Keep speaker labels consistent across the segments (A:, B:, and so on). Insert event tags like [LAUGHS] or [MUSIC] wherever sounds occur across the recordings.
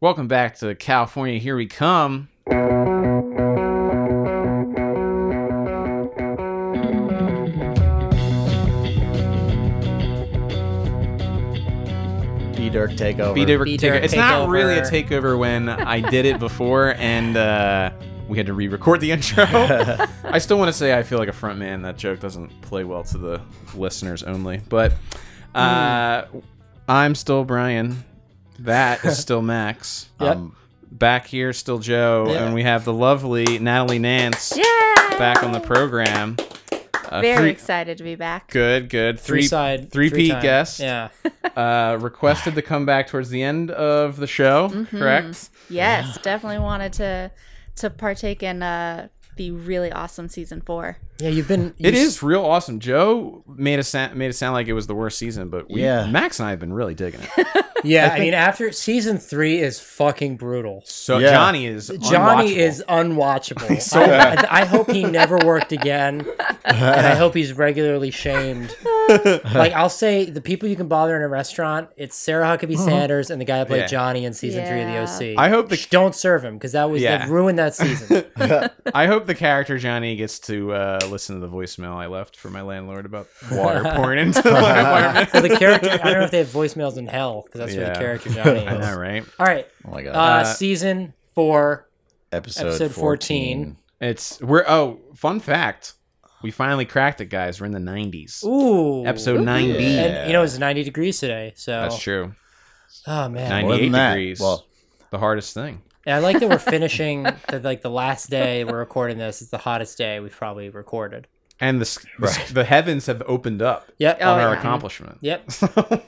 A: Welcome back to California. Here we come.
B: B Dirk takeover.
A: Beat over,
C: Beat
A: take-
C: over,
A: It's
C: take
A: not really a
C: over.
A: takeover when I did it
C: [LAUGHS]
A: before and uh, we had to re record the intro. I still want to say I feel like a front man. That joke doesn't play well to the listeners only. But uh,
C: Hmm.
A: I'm still Brian. That is
C: [LAUGHS]
A: still Max.
B: Yep.
A: Um, back here, still Joe.
B: Yeah.
A: And we have the lovely Natalie Nance
C: Yeah.
A: back on the program. Uh,
C: Very
A: three-
C: excited to be back.
A: Good, good.
B: three side
A: three P
B: time.
A: guest.
B: [LAUGHS] Yeah.
A: uh, requested to come back towards the end of the show,
B: Mm-hmm.
A: correct?
C: Yes, definitely wanted to to partake in uh the really awesome season four.
B: Yeah, you've been.
A: It
B: you-
A: is real awesome. Joe made it sound, made it sound like it was the worst season, but we,
B: Yeah.
A: Max and I have been really digging
B: [LAUGHS]
A: it.
B: Yeah, I, mean, after season three is fucking brutal.
A: So
D: Yeah.
A: Johnny is
B: Johnny
A: unwatchable.
B: is unwatchable. I, I hope he never worked again, and I hope he's regularly
A: [LAUGHS]
B: shamed. Like I'll say, the people you can bother in a restaurant, it's Sarah Huckabee Sanders and the guy that played
A: Uh-huh. Yeah.
B: Johnny in season
C: Yeah.
B: three of the OC.
A: I hope the-
B: Shh, don't serve him because that was
A: Yeah.
B: that ruined
A: [LAUGHS]
B: that season.
A: I hope the character Johnny gets to uh, listen to the voicemail I left for my landlord
D: [LAUGHS]
A: about water pouring into my apartment.
B: well, the character. I don't know if they have voicemails in hell because that's where
A: Yeah.
B: the
A: [LAUGHS]
B: character Johnny
A: I
B: is.
A: know, right?
B: All right,
D: Oh my
B: uh,
D: god.
B: season four.
D: episode,
B: episode
D: 14.
A: It's we're oh, fun fact, we finally cracked it, guys. We're in the nineties,
B: Ooh,
A: episode nine B.
D: Yeah.
B: And you know it's ninety degrees today, so
A: That's true.
B: Oh man,
A: Ninety
D: More
A: eight
D: than that.
A: degrees.
D: Well-
A: the hardest thing.
B: And I like that we're finishing [LAUGHS] the, like the last day we're recording this. It's the hottest day we've probably recorded.
A: and the, s the s- the heavens have opened up
B: Yep.
C: Oh,
A: on our
C: yeah.
A: accomplishment.
B: Yep.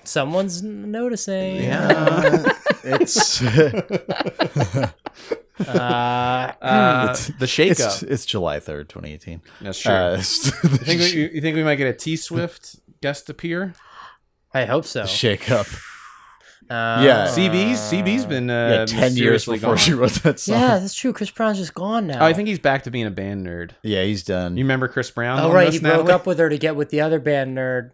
B: Someone's n- noticing.
D: Uh, [LAUGHS] it's
B: [LAUGHS] Uh,
A: Uh, the
D: [LAUGHS]
B: [LAUGHS]
D: it's
A: shakeup.
D: it's July 3rd, 2018.
A: That's true.
D: Uh,
A: you,
D: it's-
A: think we, you think we might get a T Swift guest appear?
B: I hope so.
D: shake up.
B: Uh,
D: Yeah.
A: CB's CB's been uh,
D: yeah, 10 years
A: mysteriously
D: before
A: gone.
D: she wrote that song.
B: Yeah,
D: Yeah,
B: that's true. Chris Brown's just gone now.
A: Oh, I think he's back to being a band nerd.
D: he's done.
A: You remember Chris Brown?
B: Oh
A: on
B: right,
A: this,
B: he broke
A: Natalie?
B: up with her to get with the other band nerd.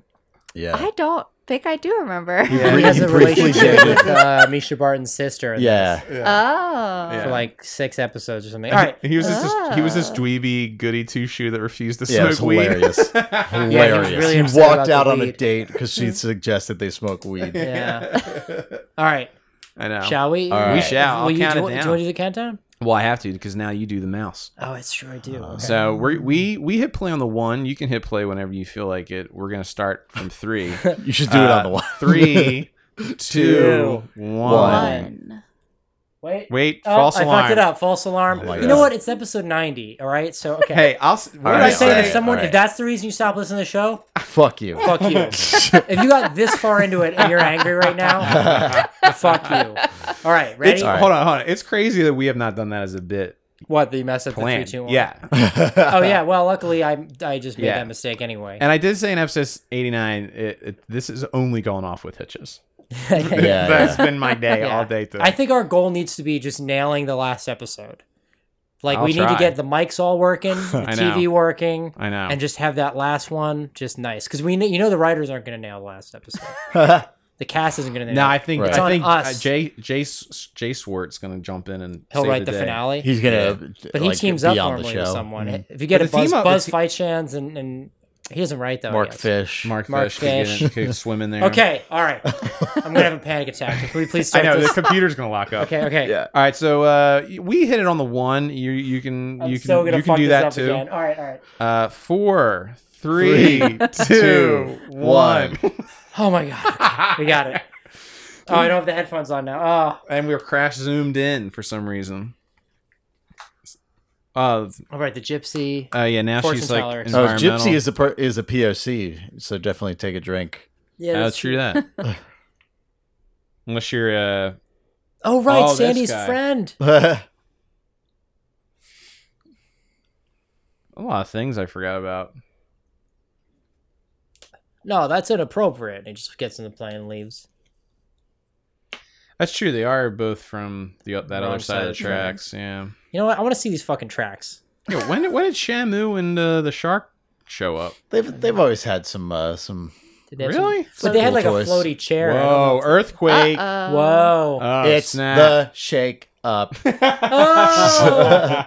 D: yeah.
C: I don't think I do remember. [LAUGHS]
B: He
D: Yeah,
B: has
D: he
B: a
D: briefly
B: relationship
D: did.
B: with uh, Misha Barton's sister. in
D: yeah.
B: this
C: Oh.
A: Yeah.
B: For like six episodes or something. All right.
A: He was this he was this
C: Ah.
A: dweeby goody two shoe that refused to
D: Yeah, it was
A: smoke weed. [LAUGHS]
B: [LAUGHS]
D: hilarious. hilarious.
B: really
D: he
B: upset about
D: walked
B: the
D: out on a
B: weed.
D: date because
B: [LAUGHS]
D: she suggested they
A: [LAUGHS]
D: smoke weed.
B: Yeah. All right.
A: I know.
B: Shall we?
D: All right.
A: We shall. I'll
B: Will you-
A: count
B: do,
A: it
B: you-
A: down.
B: Do you want to do the countdown?
A: Well, I have to because now you do the mouse.
B: Oh, it's true. I do. Okay.
A: So we we we hit play on the one. You can hit play whenever you feel like it. We're gonna start from three.
D: You should do it
A: Uh,
D: on the line. [LAUGHS]
A: Three, two,
B: Two,
A: one.
C: One.
B: Wait.
A: Wait,
B: Oh,
A: false
B: I
A: alarm. Oh
B: fucked it up. False alarm.
D: my
B: you
D: God.
B: know what? It's episode 90. All right. So, okay.
A: Hey, I'll. s- What
B: What
A: did I
B: did I
D: Alright,
B: say?
A: say?
B: if someone,
D: alright.
B: if that's the reason you stop listening to the show,
D: Fuck you. [LAUGHS]
B: fuck you. [LAUGHS] if you got this far into it and you're angry right
A: [LAUGHS]
B: [LAUGHS] now, fuck you. All right, ready?
A: It's, Hold on, hold on. It's crazy that we have not done that as a bit
B: What the mess up the
A: plan.
B: three, two, one?
A: yeah,
B: Oh yeah. Well, luckily I I just made
A: Yeah.
B: that mistake anyway. [LAUGHS]
A: and I did say in episode eighty nine. It, it, this is only going off with
B: [LAUGHS]
A: hitches.
D: Yeah, yeah.
A: [LAUGHS] That's been my day
B: Yeah.
A: all day today.
B: I think our goal needs to be just nailing the last episode. Like
A: I'll
B: we need
A: try.
B: to get the mics all
A: [LAUGHS]
B: working, the
A: I
B: TV
A: know.
B: working,
A: I know.
B: and just have that last one just nice because we kn- you know the writers aren't going to nail the
A: [LAUGHS]
B: last episode. the cast isn't going to nail.
A: no,
B: it.
A: I think
D: Right. It's
A: I
B: on
A: think
B: us.
A: Uh, Jay Jay S- Jay Swart's gonna jump in and
B: he'll
A: save
B: write the,
A: day.
B: finale.
D: He's going to
B: but he teams up
D: be on the
B: normally
D: show.
B: with someone.
D: Mhm.
B: If you get
A: But
B: a
A: the team
B: Buzz,
A: up-
B: Buzz
A: the te-
B: fight chance and, and he doesn't write
C: Oh,
B: though. I
D: Mark
B: guess.
D: Fish.
A: Mark,
B: Mark
A: Fish, could get in-
B: Fish.
A: could swim in there.
B: [LAUGHS] Okay, all
A: [LAUGHS]
B: right. I'm gonna have a panic attack. So Can we please
A: I
B: start
A: know the
B: this?
A: computer's gonna lock up.
B: [LAUGHS] Okay, okay.
D: Yeah.
A: All right, so uh, we hit it on the one. You you can
B: I'm
A: you can
B: so gonna
A: you can
B: fuck
A: do
B: this
A: that
B: up
A: too.
B: again. All right, all right.
A: Uh, four, three, [LAUGHS] two, one.
D: two, one.
B: Oh my god,
D: [LAUGHS]
A: [LAUGHS]
B: we got it. Oh, I don't have the headphones on now. Oh.
A: And we were crash zoomed in for some reason. Uh,
B: Oh, all right. The gypsy.
A: uh yeah. Now
B: Fortune
A: she's like
B: teller.
D: Oh,
A: environmental.
D: Gypsy is a per- is a POC, so definitely take a drink. [LAUGHS]
B: Yeah,
A: Uh, that's true that. Unless you're uh,
B: Oh right,
A: Oh, this
B: Sandy's
A: guy.
B: friend.
D: That's
A: a lot of things I forgot about.
B: No, that's inappropriate. He just gets in the plane and leaves.
A: That's true. They are both from the that
B: Wrong
A: other side of the
B: side of
A: tracks. Yeah.
B: You know what? I want to see these fucking tracks.
A: Yo, when did, when did Shamu and uh, the shark show up?
D: they've they've always had some uh, some
B: Did they have
A: Really?
B: Some, but they had
D: Cool
B: like
D: toys.
B: a floaty chair. I don't know
A: Whoa, er-
B: if-
A: earthquake.
C: Uh-oh.
B: Whoa.
A: Oh,
D: it's
A: snap.
D: the shake up
A: [LAUGHS]
D: [LAUGHS] right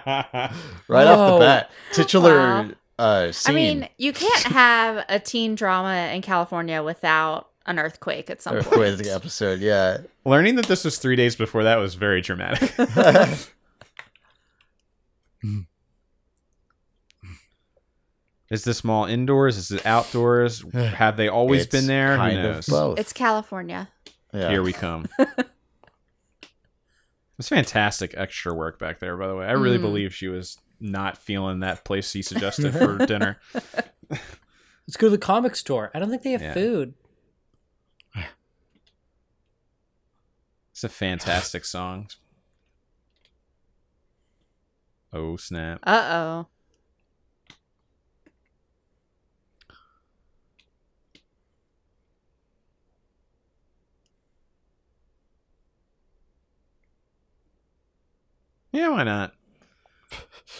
D: off
B: Whoa.
D: the bat. Titular
C: Wow.
D: uh,
C: I
D: scene.
C: mean, you can't have a teen drama in California without an earthquake at some point.
D: Earthquake episode, yeah.
A: Learning that this was three days before that was very dramatic. [LAUGHS] Is this mall indoors? Is it outdoors? Have they [LAUGHS] always
D: It's
A: been there?
D: Kind
A: Who knows?
D: of both.
C: It's California.
D: yeah.
A: Here we [LAUGHS] come. it's fantastic extra work back there, by the way. I really
C: Mm.
A: believe she was not feeling that place he suggested [LAUGHS] for dinner.
B: Let's go to the comic store. I don't think they have
A: Yeah.
B: food.
A: It's a fantastic song. Oh snap!
C: Uh oh.
A: Yeah, why not?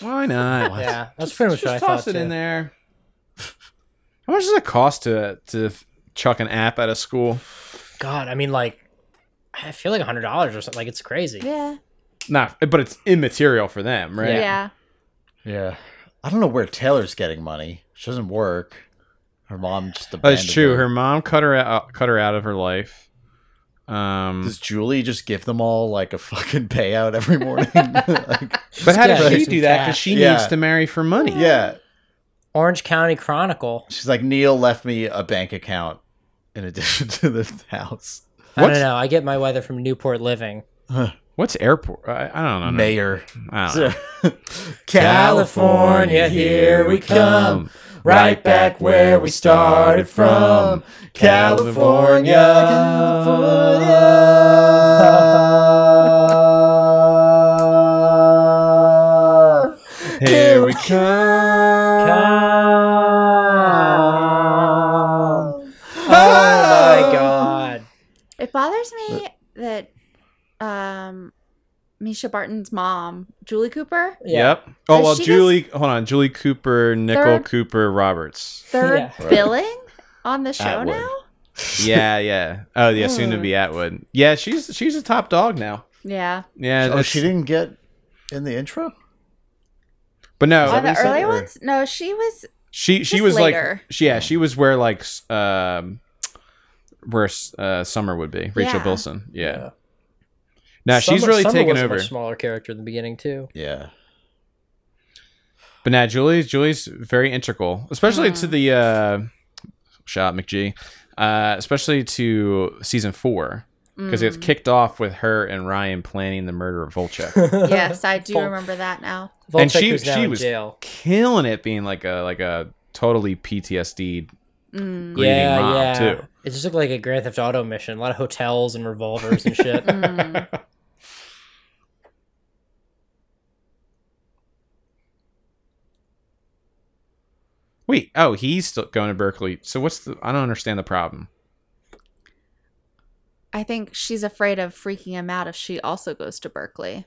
A: Why not?
B: [LAUGHS] Yeah,
A: [LAUGHS]
B: that's pretty much
A: just
B: what I
A: toss
B: thought.
A: it in
B: too.
A: there. How much does it cost to to chuck an app out of school?
B: God, I mean, like, I feel like hundred dollars or something. Like, it's crazy.
C: Yeah.
A: Not, but it's immaterial for them, right?
C: Yeah.
D: Yeah. I don't know where Taylor's getting money. She doesn't work. Her mom just
A: Oh,
D: abandoned
A: it's true.
D: her.
A: Her mom cut her out, cut her out of her life. Um,
D: Does Julie just give them all like a fucking payout every morning? [LAUGHS]
A: [LAUGHS]
D: like,
A: but how
B: gotta
A: did she
B: get some
A: do that? Because
B: cash.
A: she
D: Yeah.
A: needs to marry for money.
D: yeah.
B: Orange County Chronicle.
D: She's like, Neil left me a bank account in addition [LAUGHS] to the house.
B: I
A: What's-
B: don't know. I get my weather from Newport Living.
A: What's airport? I, I don't know.
D: Mayor.
A: I don't know.
D: So- [LAUGHS]
B: California, here we come. Right back where we started from.
A: California,
D: California.
A: Here we come.
B: Oh
A: Ah!
B: my God.
C: It bothers me that um Misha Barton's mom, Julie Cooper,
A: Yep. Oh
C: Does
A: well,
C: she just-
A: Julie. hold on, Julie Cooper, Nicole
C: Third-
A: Cooper, Roberts.
C: third
D: Yeah.
C: billing on the show
D: Atwood.
C: now.
A: [LAUGHS] Yeah, yeah. Oh yeah, soon to
C: Mm.
A: be Atwood. Yeah, she's she's a top dog now.
C: Yeah.
A: Yeah,
D: Oh,
A: that's-
D: she didn't get in the intro?
A: But no,
C: on the
D: recent,
C: early
D: or-
C: ones? No, she was
A: she she
C: Just
A: was
C: later.
A: like she, yeah she was where like s- um where s- uh, Summer would be Rachel
C: Yeah.
A: Bilson yeah.
B: Yeah.
A: Now she's really taken
B: was A
A: over.
B: much smaller character in the beginning too. [LAUGHS]
D: Yeah. [LAUGHS]
A: But now Julie's Julie's very integral, especially to
C: Mhm.
A: the uh, shot McGee, uh, especially to season four because it's [LAUGHS]
C: Mm.
A: kicked off with her and Ryan planning the murder of
B: [LAUGHS]
A: Volchek.
C: Yes, I do
B: Vol-
C: remember that now.
B: Volchek,
A: And she-
B: who's now
A: she
B: in
A: was-
B: jail.
A: killing it being like a like a totally PTSD. [LAUGHS]
C: Mm.
A: grieving mom, too.
B: It just looked like a Grand Theft Auto mission. A lot of hotels and revolvers and [LAUGHS] shit.
C: Mm.
A: Wait, oh, he's still going to Berkeley. So what's the? I don't understand the problem.
C: I think she's afraid of freaking him out if she also goes to Berkeley.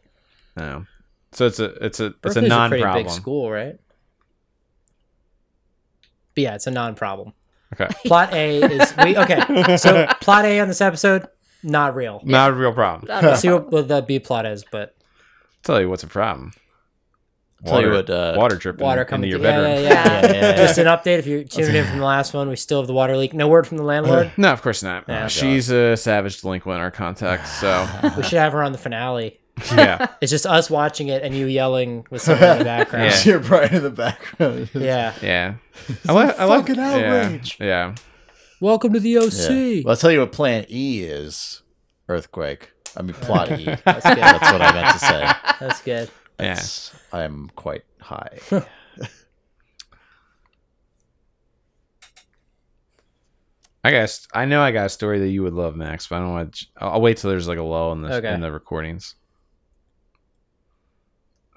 A: No. So it's a it's a it's
B: Berkeley's
A: a non
B: pretty
A: problem.
B: Big school, right? But yeah, it's a non-problem. [LAUGHS]
A: Okay.
B: Plot A is we
A: [LAUGHS]
B: okay. So plot A on this episode not real.
A: Not a real problem.
C: I
B: Let's
C: don't
B: see
C: know.
B: what, what the B plot is, but
A: tell you what's a problem.
D: Tell you what, uh,
A: water dripping
B: water
A: into
B: coming
A: your
B: through- yeah,
A: bedroom.
B: Yeah, yeah,
C: Yeah.
D: Yeah.
B: Just an update. If you tuned in from the last one, we still have the water leak. No word from the landlord.
A: No, of course not. Uh,
B: Yeah.
A: She's a savage delinquent, our contact.
B: [LAUGHS]
A: So [LAUGHS]
B: we should have her on the finale.
A: yeah,
B: It's just us watching it and you yelling with someone in the background.
A: Yeah.
D: [LAUGHS] You're bright in the [LAUGHS] background.
B: Yeah. [LAUGHS]
A: yeah. I like I like
D: fucking outrage.
A: Yeah, yeah.
B: Welcome to the
D: Yeah.
B: OC.
D: Well, I'll tell you what plan E is Earthquake. I mean, plot
A: [LAUGHS]
D: E. [LAUGHS]
B: That's good.
D: That's what I meant to say.
B: That's good.
A: Yeah.
D: It's- I'm quite [LAUGHS] high.
A: I guess I know I got a story that you would love, Max, but I don't want. To, I'll I'll wait till there's like a lull in the
B: Okay.
A: in the recordings.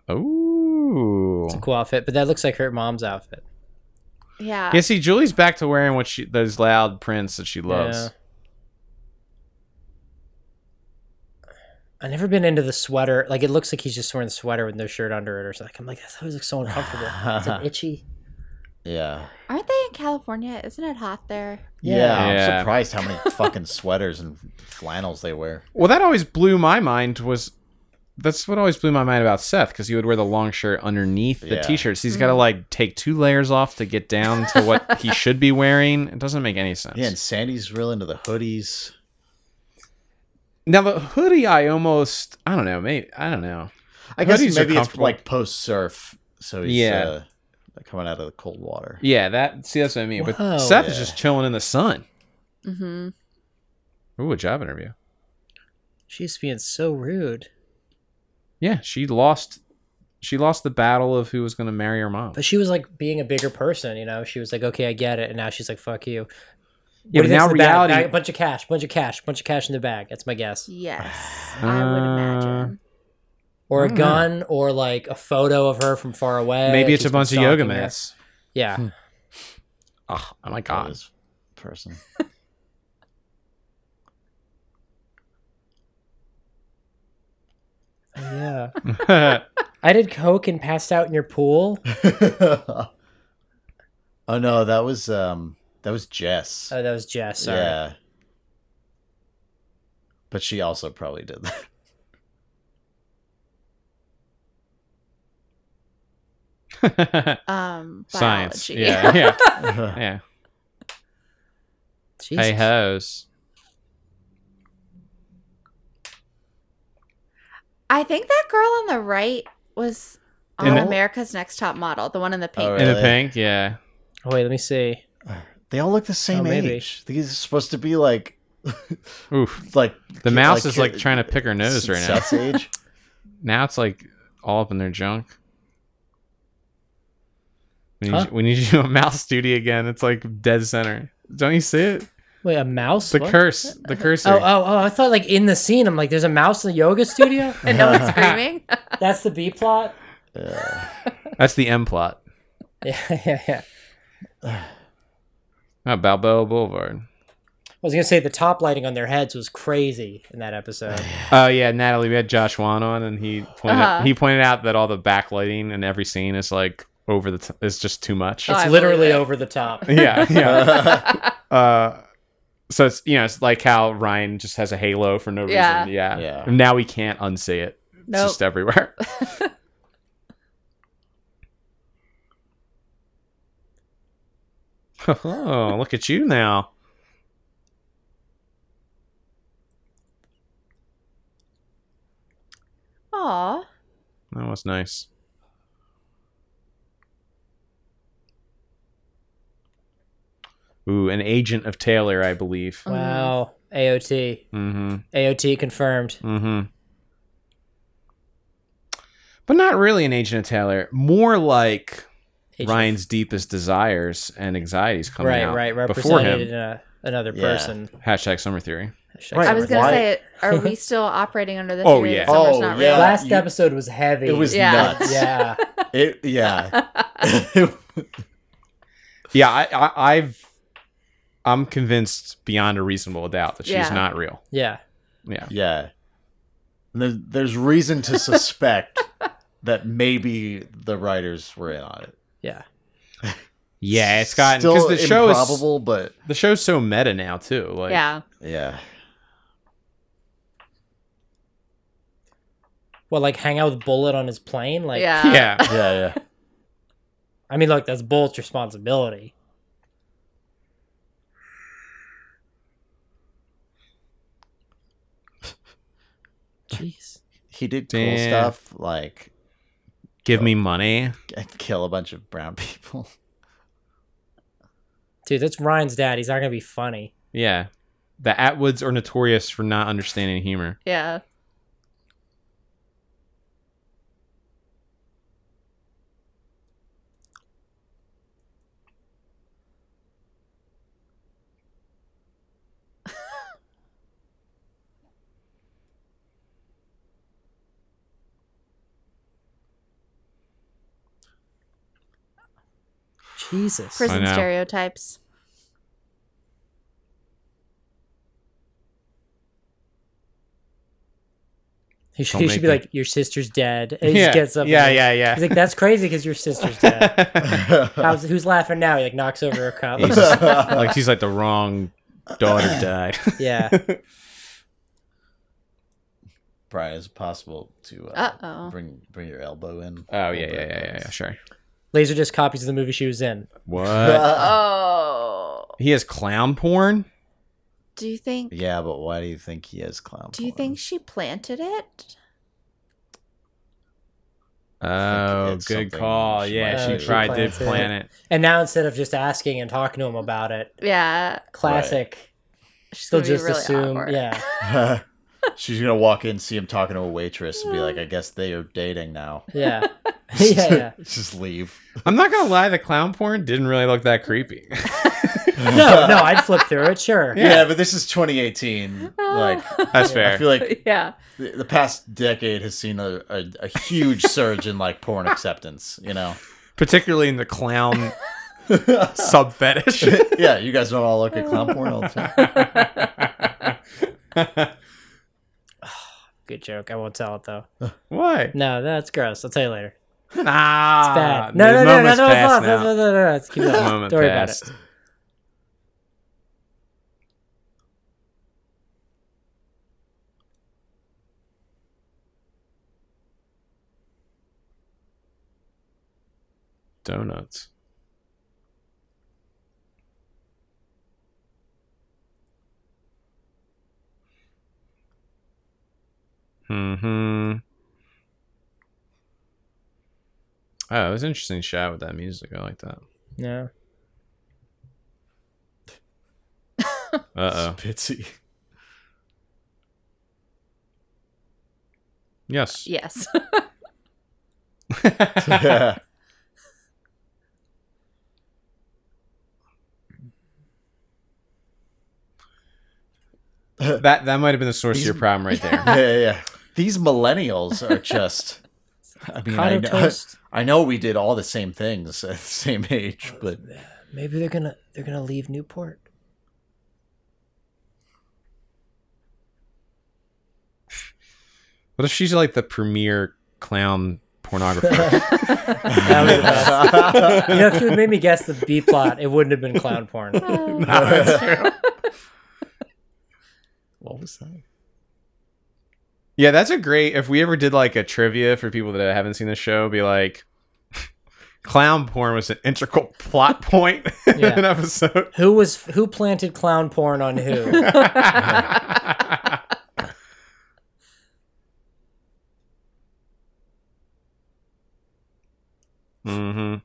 A: Oh,
B: It's a cool outfit, but that looks like her mom's outfit.
C: [LAUGHS] Yeah.
A: yeah. See, Julie's back to wearing what she those loud prints that she loves.
B: Yeah. I've never been into the sweater. Like it looks like he's just wearing the
D: [LAUGHS]
B: sweater with no shirt under it or something. I'm like, that always looks so uncomfortable. it's like itchy.
D: Yeah.
C: Aren't they in California? Isn't it hot there?
D: Yeah,
A: Yeah.
D: I'm surprised how many fucking sweaters and flannels they wear.
A: Well, that always blew my mind was that's what always blew my mind about Seth because he would wear the long shirt underneath the
D: Yeah.
A: t-shirts. He's got to like take two layers off to get down to what he should be wearing. It doesn't make any sense.
D: Yeah, and Sandy's real into the hoodies.
A: Now the hoodie, I almost I don't know. Maybe I don't know.
D: I guess
A: Hoodies are
D: maybe it's
A: comfortable.
D: like post surf, so he's
A: Yeah.
D: uh, coming out of the cold water.
A: Yeah, that see that's what I mean.
B: Wow.
A: but Seth is
D: Yeah.
A: just chilling in the sun.
C: Mm-hmm.
A: Ooh, a job interview.
B: She's being so rude.
A: Yeah, she lost. She lost the battle of who was going to marry her mom.
B: But she was like being a bigger person, you know. She was like, "Okay, I get it," and now she's like, "Fuck
A: Yeah,
B: you." What do
A: but
B: you think's
A: now
B: in the bag?
A: reality-
B: Bag- bunch of cash, bunch of cash, bunch of cash in the bag. That's my guess.
C: Yes, I would
A: Uh,
C: imagine.
B: Or
A: I
B: a
A: don't know.
B: gun, or like a photo of her from far
D: uh,
B: away.
A: Hmm. Maybe it's
B: She's
A: a bunch of
B: been
A: yoga
B: stalking her.
A: mats.
B: Yeah,
A: Hmm. Oh, oh my
D: God,
A: god!
D: this person. [LAUGHS]
B: yeah.
A: [LAUGHS] yeah,
B: [LAUGHS] I did coke and passed out in your pool.
D: oh no, that was um, that was Jess.
B: Oh, that was Jess. Sorry.
D: Yeah, but she also probably did that.
C: [LAUGHS] Um,
A: Science.
C: biology. [LAUGHS]
A: Yeah, yeah, [LAUGHS] yeah.
B: Jesus.
A: Hey hoes.
C: I think that girl on the right was
A: In
C: on
A: the-
C: America's Next Top Model, the one in the pink.
D: Oh,
A: In the
D: Really?
A: pink, yeah.
B: Oh, wait, let me see.
D: [LAUGHS] They all look the same
B: maybe.
D: age. These are supposed to be like [LAUGHS]
A: Oof.
D: like
A: The
D: kid-
A: mouse is like
D: kid-
A: trying to pick her nose right
B: [LAUGHS]
A: now. [LAUGHS]
D: Seth's age.
A: Now it's like all up in their junk. We need,
B: Huh?
A: you, we need you to do a mouse duty again. It's like dead center. Don't you see it?
B: Wait, a mouse?
A: It's the
B: What?
A: curse. The cursor.
B: Oh, oh, oh! I thought like in the scene, I'm like, there's a mouse in the yoga studio. [LAUGHS]
D: [LAUGHS]
C: And no one's screaming.
B: That's the B plot. [LAUGHS]
D: Yeah.
A: That's the M plot.
B: Yeah, yeah, yeah.
A: Oh, Balboa Boulevard.
B: I was gonna say the top lighting on their heads was crazy in that episode.
A: Oh yeah, Natalie. We had Josh Wan on, and he pointed
C: Uh-huh.
A: he pointed out that all the backlighting in every scene is like over the. T- is just too much.
C: Oh, I
B: It's
C: believe
B: literally
C: it.
B: over
D: [LAUGHS]
B: the
D: Um,
A: [LAUGHS]
B: top.
A: yeah, yeah. [LAUGHS]
C: [LAUGHS]
A: uh, so it's you know it's like how Ryan just has a halo for no
C: Yeah.
A: reason. Yeah,
D: Yeah.
A: Now we can't unsee it. It's
C: Nope.
A: just
C: [LAUGHS]
A: everywhere. oh, look at you now.
C: Aw.
A: That was nice. Ooh, an agent of Taylor, I believe.
B: Wow. AOT.
A: Mm-hmm.
B: AOT confirmed.
A: Mm-hmm. But not really an agent of Taylor. More like
B: Agent-
A: Ryan's deepest desires and anxieties coming
B: right,
A: out
B: right,
A: before
B: represented in
A: him.
B: a, another
D: Yeah.
B: person.
A: Hashtag summer theory.
B: Hashtag
D: Right,
C: I was
B: someone-
C: gonna
D: why-
C: say, are we still operating under the
A: Oh,
C: theory
A: yeah.
C: that summer's
D: Oh,
C: not
D: yeah.
C: real?
B: Last
D: you-
B: episode was heavy.
D: It was [LAUGHS]
C: Yeah.
D: nuts.
B: Yeah.
D: It,
A: [LAUGHS]
D: yeah.
A: Yeah, I, I, I've I'm convinced beyond a reasonable doubt that she's
C: Yeah.
A: not real.
B: Yeah.
A: Yeah.
D: yeah. And There's, there's reason to suspect that maybe the writers were in on it.
B: Yeah.
A: Yeah, it's gotten because
D: still
A: the show is
D: improbable, but
A: The show's so meta now too. Like
C: yeah.
D: yeah,
B: Well, like hang out with Bullet on his plane. Like,
A: [LAUGHS]
C: yeah.
A: Yeah. [LAUGHS]
D: yeah, yeah.
B: I mean, look, that's Bullet's responsibility. Jeez.
D: He did cool
A: Damn.
D: stuff like
A: Give me money.
D: kill a bunch of brown
A: [LAUGHS]
D: people.
B: Dude, that's Ryan's dad. He's not gonna be funny.
A: Yeah. The Atwoods are notorious for not understanding humor.
C: Yeah.
B: Jesus.
A: I
C: Prison
A: know.
C: stereotypes.
B: He should,
A: Don't
B: he
A: make
B: should be
A: me.
B: like, "Your sister's dead." And he
A: yeah.
B: just gets up.
A: Yeah,
B: and-
A: yeah, yeah.
B: He's like, "That's crazy because
A: [LAUGHS]
B: your sister's dead."
D: [LAUGHS]
B: How's, who's laughing now? He like knocks over a cup.
A: He's just- like she's like the wrong daughter died.
B: [LAUGHS] yeah.
D: Brian, is it possible to uh,
C: Uh-oh.
D: bring bring your elbow in?
A: Oh yeah, yeah, yeah, yeah, yeah. Sure.
B: Laserdisc copies of the movie she was in.
A: What?
C: Oh.
A: he has clown porn.
C: Do you think?
D: yeah, but why do you think he is clown?
C: Do you
D: porn?
C: think she planted it?
D: I
A: Oh,
D: think it's
A: good
D: something
A: call.
D: she
A: Yeah,
D: might
A: she
B: do.
A: tried to
B: Planted.
A: plan it.
B: And now instead of just asking and talking to him about it,
C: Yeah.
B: classic.
C: She's
B: Still
C: gonna be
B: just
C: really
B: assume,
C: awkward.
B: yeah.
D: She's gonna walk in, see him talking to a waitress, and be like, "I guess they are dating now." [LAUGHS]
B: Yeah. [LAUGHS]
C: [LAUGHS]
B: yeah, yeah.
D: Just leave.
A: I'm not gonna lie, the clown porn didn't really look that creepy.
B: [LAUGHS] No, no, I'd flip through it, sure.
D: [LAUGHS] Yeah. but this is 2018.
B: Oh.
D: Like,
A: That's
D: I
A: fair.
D: feel
B: [LAUGHS]
D: like
C: [LAUGHS] yeah.
D: the the past decade has seen a, a, a huge surge in like
B: [LAUGHS]
D: porn acceptance. You know.
A: Particularly in the clown sub fetish.
D: yeah, you guys don't all look at clown porn all the time.
A: [LAUGHS]
B: Good joke. I won't tell it though.
A: Why?
B: No, that's gross. I'll tell you later.
A: Nah.
B: It's bad. No, no,
A: the
B: no, no, no,
A: Ah, moment's
B: no, it's
A: passed
B: lost. no,
A: now.
B: no, no, no, no. Let's keep
A: The
B: [LAUGHS] going.
A: moment
B: Don't worry
A: passed.
B: about it.
A: Donuts. Hmm. Oh, it was an interesting shot with that music. I like that.
B: No.
A: Uh oh.
B: [LAUGHS]
D: Spitzy.
A: Yes.
B: [LAUGHS]
C: Yes.
D: Yeah.
A: [LAUGHS] that that might have been the source
D: These-
A: of your problem right
D: [LAUGHS]
A: there.
D: yeah, yeah, yeah. These millennials are just. I
A: Mm,
D: mean, I
B: Avocado
A: [LAUGHS]
D: know,
B: toast.
D: [LAUGHS] I know we did all the same things at the same age,
A: [LAUGHS]
D: but [LAUGHS]
B: Maybe they're gonna they're gonna leave Newport.
A: What if she's like the premier clown
B: [LAUGHS]
A: pornographer?
B: That would be the best. you know, if you had made me guess the B plot, it wouldn't have been clown porn.
C: Oh.
D: [LAUGHS] what was that?
A: yeah, that's a great. If we ever did like a trivia for people that haven't seen the show, be like, [LAUGHS] clown porn was an integral plot point [LAUGHS] in
B: Yeah.
A: an episode.
B: Who was who planted clown porn on who?
A: mm-hmm.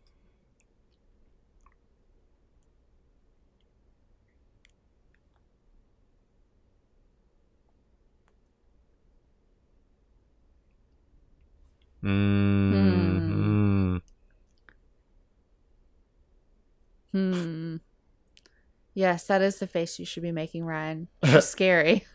A: Mm-hmm. [LAUGHS]
C: Hmm. Yes, that is the face you should be making, Ryan. She's scary.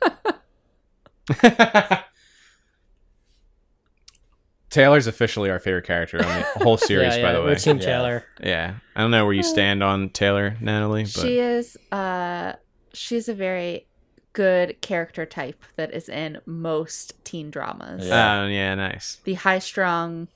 A: Taylor's officially our favorite character on the whole series,
B: [LAUGHS] yeah, yeah,
A: by the
B: we're
A: way.
B: Team
D: Yeah.
B: Taylor.
A: yeah, I don't know
B: Uh,
A: where you stand on Taylor, Natalie, but
C: She is uh she's a very good character type that is in most teen dramas.
D: Yeah.
A: Oh, yeah, nice.
C: The high strung,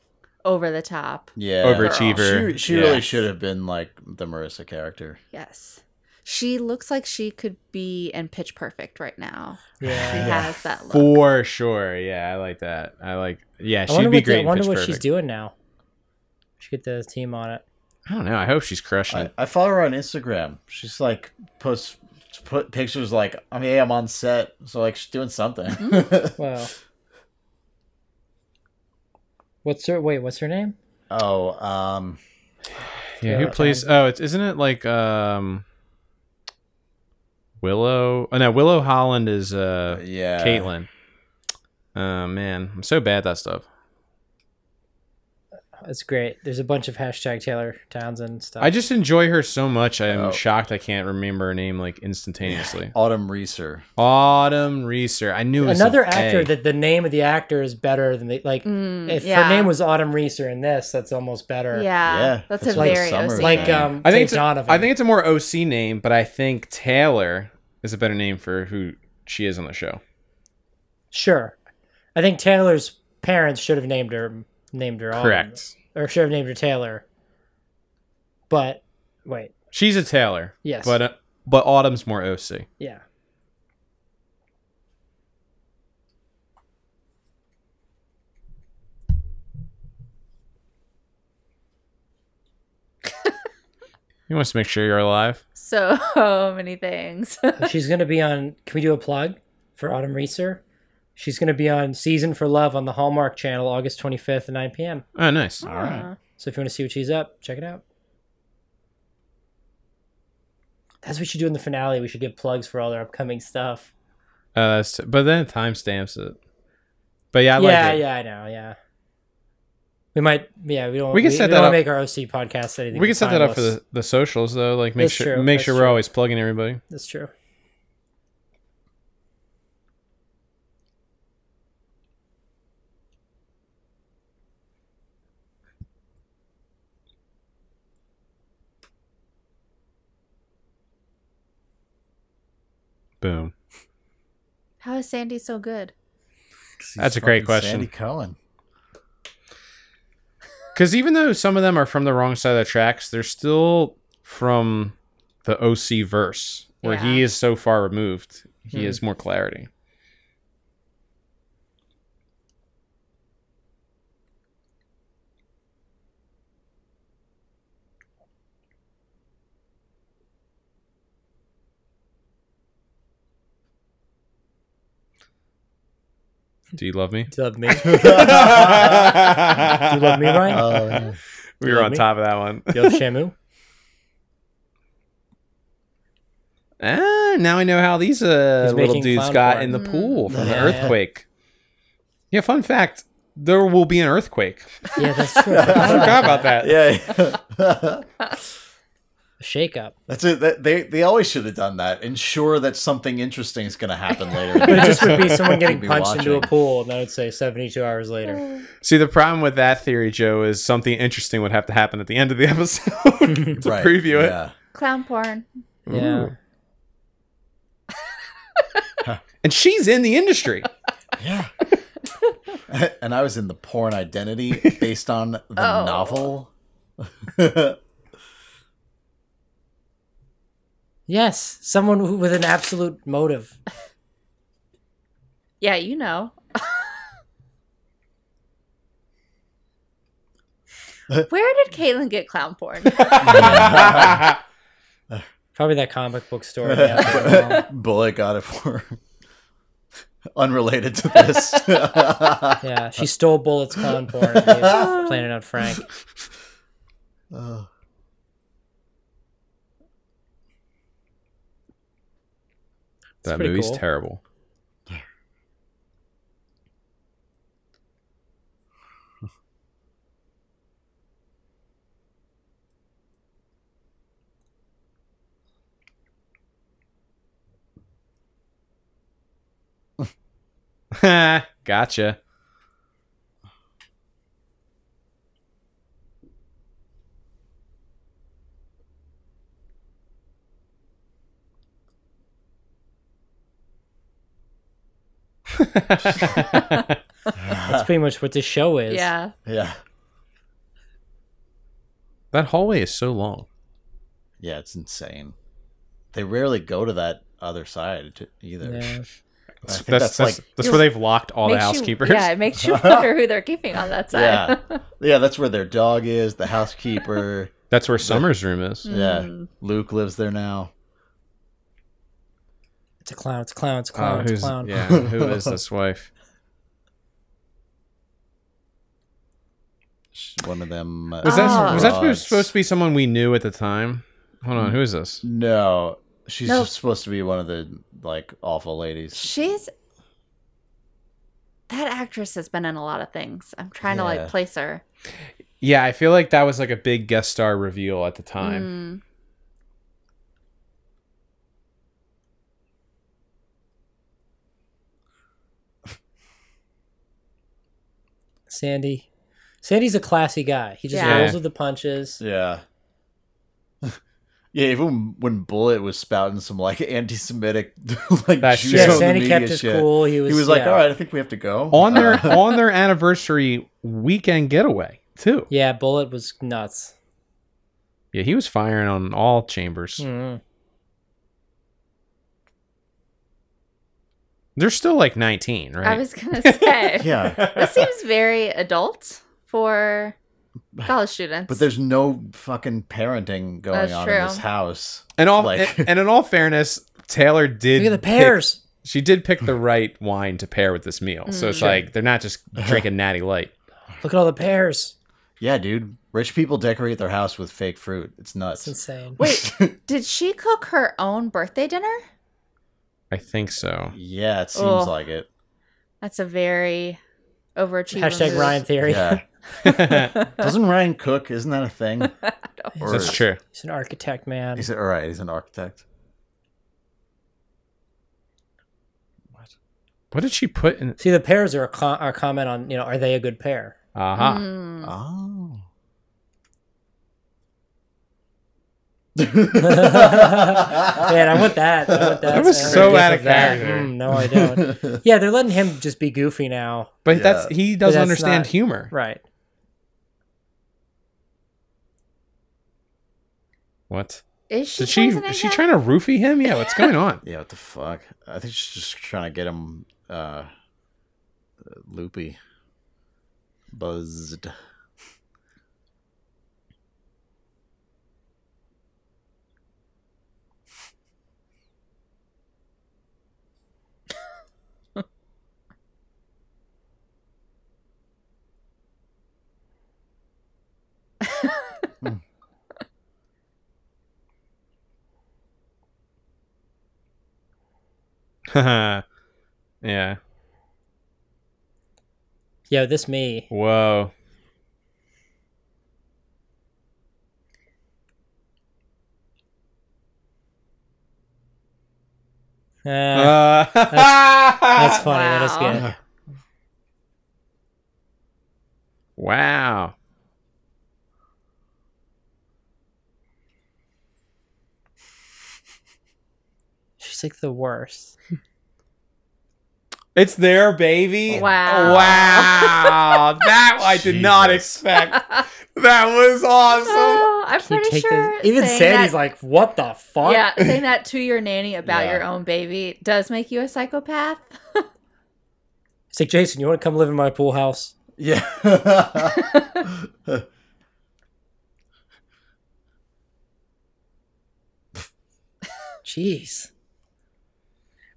C: over the top.
D: Yeah,
A: Overachiever.
D: She, she
A: Yeah.
D: really should have been like the Marissa character.
C: Yes. She looks like she could be in pitch perfect right now. She
B: Yeah.
C: has that look.
A: For sure. Yeah, I like that. I like. Yeah,
B: I wonder,
A: she'd be
B: what, the-
A: great.
B: I
A: in
B: wonder
A: Pitch
B: what she's
A: Perfect.
B: doing now. She get the team on it.
A: I don't know. I hope she's crushing
D: I,
A: it.
D: I follow her on Instagram. She's like posts put pictures like I mean I'm on set, so like she's doing something.
B: Wow. What's her wait? What's her name?
D: [LAUGHS] oh, um,
A: Yeah, who
B: Yeah.
A: plays? Oh, it's isn't it like um Willow? Oh no, Willow Holland is uh
D: yeah,
A: Caitlin. Oh man, I'm so bad at that stuff.
B: That's great. There's a bunch of hashtag Taylor Townsend stuff.
A: I just enjoy her so much. I'm
D: Oh.
A: shocked I can't remember her name like instantaneously.
D: Autumn Reeser.
A: Autumn Reeser. I knew it was
B: another
A: an
B: actor
A: A.
B: that the name of the actor is better than the like.
C: Mm,
B: if
C: yeah.
B: her name was Autumn Reese or in this, that's almost better.
C: Yeah.
D: Yeah,
C: that's,
D: that's
C: a
D: like
C: very
D: summer
C: OC.
B: Like
D: Yeah.
B: um,
A: I think it's
B: Tate Donovan.
A: A, I think it's a more OC name, but I think Taylor is a better name for who she is on the show.
B: sure. I I think Taylor's parents should have named her named her Autumn,
A: Correct.
B: or should have named her Taylor. But wait,
A: She's a Taylor.
B: Yes.
A: But uh, but Autumn's more OC.
B: yeah,
A: He wants to make sure you're alive.
C: So [LAUGHS] many things.
B: she's gonna be on. Can we do a plug for Autumn Reeser? She's gonna be on Season for Love on the Hallmark Channel, August twenty fifth at nine p.m.
A: Oh, nice.
D: All right.
B: So if you want to see what she's up, check it out. That's what we should do in the finale. We should give plugs for all their upcoming stuff.
A: Uh, that's t- but then it timestamps it. But yeah, I
B: yeah,
A: like it.
B: yeah, I know. Yeah, we might. Yeah, we don't.
A: We
B: We
A: can
B: can we,
A: set
B: we
A: that
B: don't
A: up-
B: Make our OC podcast anything.
A: We can set that up for
B: timeless.
A: the, the socials though. Like make
B: That's
A: sure
B: true,
A: make
B: that's
A: sure we're
B: true.
A: always plugging everybody.
B: That's true.
A: Boom.
C: [LAUGHS] How is Sandy so good?
A: That's a great
D: Fucking
A: question.
D: Sandy Cohen.
A: Because even though some of them are from the wrong side of the tracks, they're still from the OC verse where he
C: Yeah.
A: is so far removed. He
B: Mhm.
A: has more clarity. Do you
B: [LAUGHS]
A: love me?
B: [LAUGHS] Do you
A: [LAUGHS]
B: love me?
D: Do you
B: Do you love me, Ryan?
A: we
B: You
A: were
B: love
A: on
B: me?
A: top of that one.
B: Do you love Shamu?
A: Ah, now I know how these uh,
B: He's
A: little
B: making
A: dudes
B: clown
A: got
B: porn.
A: in the
C: Mm.
A: pool from the
B: Yeah.
A: earthquake. Yeah, fun fact: there will be an earthquake.
B: Yeah, that's true.
A: I forgot about that.
D: [LAUGHS]
A: [LAUGHS]
D: yeah.
B: [LAUGHS] Shake up.
D: That's it. That, they they always should have done that. Ensure that something interesting is going to happen later.
B: [LAUGHS] But it just
D: [LAUGHS]
B: would be someone getting
D: Be
B: punched into a
D: watching.
B: pool, and I would say seventy-two hours later.
A: See, the problem with that theory, Joe, is something interesting would have to happen at the end of the [LAUGHS] episode to
D: Right,
A: preview it.
D: yeah.
C: Clown porn.
B: Yeah.
A: Ooh. And she's in the
B: [LAUGHS]
A: industry. [LAUGHS]
D: Yeah. [LAUGHS] and I was in the porn identity based
B: [LAUGHS]
D: on the
C: Oh.
D: novel. [LAUGHS]
B: Yes, someone who, with an absolute motive.
C: Yeah, you [LAUGHS] know. Where did Caitlin get clown
A: [LAUGHS]
C: porn?
B: Probably that comic book
A: [LAUGHS]
B: store. Yeah,
D: Bullet got it for her. Unrelated to
B: [LAUGHS]
D: this. [LAUGHS]
B: yeah. she stole bullets,
A: [LAUGHS]
B: clown porn, and gave- playing it on Frank.
D: Uh,
A: that
B: pretty
A: movie's
B: cool.
A: terrible. [LAUGHS] gotcha.
B: That's pretty much what this show is.
C: yeah.
D: yeah.
A: that hallway is so long.
D: Yeah, it's insane. They rarely go to that other side t- either.
B: Yeah.
D: I
A: that's
D: think that's,
A: that's,
D: like
A: that's where they've locked all the
C: Makes you-
A: housekeepers.
C: yeah, it makes [LAUGHS] you wonder who they're keeping on that side. [LAUGHS]
D: yeah. yeah, that's where their dog is, the housekeeper. [LAUGHS]
A: That's
B: [LAUGHS]
A: where Summer's room is.
C: Mm. Hmm.
D: yeah. Luke lives there now.
B: It's a clown. It's a clown. It's a
A: Oh,
B: clown. it's a
A: who's,
B: clown.
A: yeah, who is this wife?
D: Sh- One of them uh,
A: Was that
B: Ah.
C: Ah.
A: was that
D: broads.
A: supposed, supposed to be someone we knew at the time? Hold
B: Hmm.
A: on, who is this?
D: No. She's
C: No.
D: supposed to be one of the like awful ladies.
C: She's that actress has been in a lot of things. I'm trying to
D: Yeah.
C: like place her.
A: Yeah, I feel like that was like a big guest star reveal at the time.
C: Mm.
B: Sandy. Sandy's a classy guy. He just
C: Yeah.
B: rolls with the punches.
D: Yeah. [LAUGHS] Yeah, even when Bullet was spouting some like anti-Semitic [LAUGHS] like
A: That's
D: Jews
A: true. Yeah,
D: on the
B: Sandy
D: media
B: kept his
D: shit,
B: cool. uh, He was,
D: He was like,
B: yeah.
D: "All right, I think we have to go."
A: on their
B: [LAUGHS]
D: Uh,
A: on their anniversary weekend getaway too.
B: Yeah, Bullet was nuts.
A: Yeah, he was firing on all chambers.
C: Hmm. Mm-hmm.
B: Mm.
A: They're still like 19, right?
C: I was gonna say
D: [LAUGHS]
A: [LAUGHS]
D: yeah,
C: this seems very adult for college students.
D: but there's no fucking parenting going
C: That's
D: on
C: true.
D: in this house.
A: and all [LAUGHS]
D: Like-
A: and in all fairness, Taylor did
B: Look at the
A: pick-
B: pears.
A: she did pick the right wine to pair with this meal. So
C: Mm.
A: it's like they're not
B: [LAUGHS]
A: just drinking natty light.
B: Look at all the pears.
D: Yeah, dude, rich people decorate their house with fake fruit. It's
B: It's
D: nuts.
B: insane.
C: Wait, [LAUGHS] did she cook her own birthday dinner?
A: I think so.
D: yeah, it seems
C: Ugh.
D: like it.
C: That's a very overachieving.
B: Hashtag
C: move.
B: Ryan Theory. [LAUGHS]
D: Yeah,
A: [LAUGHS] That's
D: doesn't Ryan cook? Isn't that a
C: [LAUGHS]
D: thing? Or-
A: true.
B: He's an architect, man.
D: He's all right. He's an architect.
A: What did she put in?
B: See, the pairs are a, co- are a comment on, you know, are they a good pair?
A: Aha. Ah.
C: Mm.
B: [LAUGHS]
D: Oh.
B: Man, I want that. I
D: [LAUGHS]
B: want that.
A: That was
B: I want a
A: so
B: gif
A: out of
B: that.
A: character.
B: Mm, no, I don't. Yeah, they're letting him just be goofy now.
A: But
D: Yeah.
A: that's he doesn't
B: that's
A: understand
B: not-
A: humor.
B: Right.
A: What?
C: Is she?
A: Did she
C: poisoning
A: is she
C: him?
A: trying to roofie him? Yeah, what's going [LAUGHS] on?
D: [LAUGHS] Yeah, what the fuck? I think she's just trying to get him uh, loopy,
C: [LAUGHS]
D: buzzed. [LAUGHS]
A: yeah.
B: Yo, this me.
A: Whoa.
B: Uh,
A: [LAUGHS]
B: that's funny. That is
C: Wow.
B: good.
A: Wow.
B: She's like the worst.
A: It's there, baby.
C: Wow.
A: Wow. that I did not
D: Jesus.
A: expect. That was
C: [LAUGHS]
A: awesome. [LAUGHS]
C: Oh, [LAUGHS] I'm
B: Can you
C: pretty
B: take
C: sure.
B: this? Even
C: saying
B: Sandy's
C: that-
B: like, what the fuck?
C: Yeah, saying that to your nanny about
D: Yeah.
C: your own baby does make you a psychopath. [LAUGHS]
B: It's like, Jason, you want to come live in my pool house?
D: Yeah.
B: Jeez.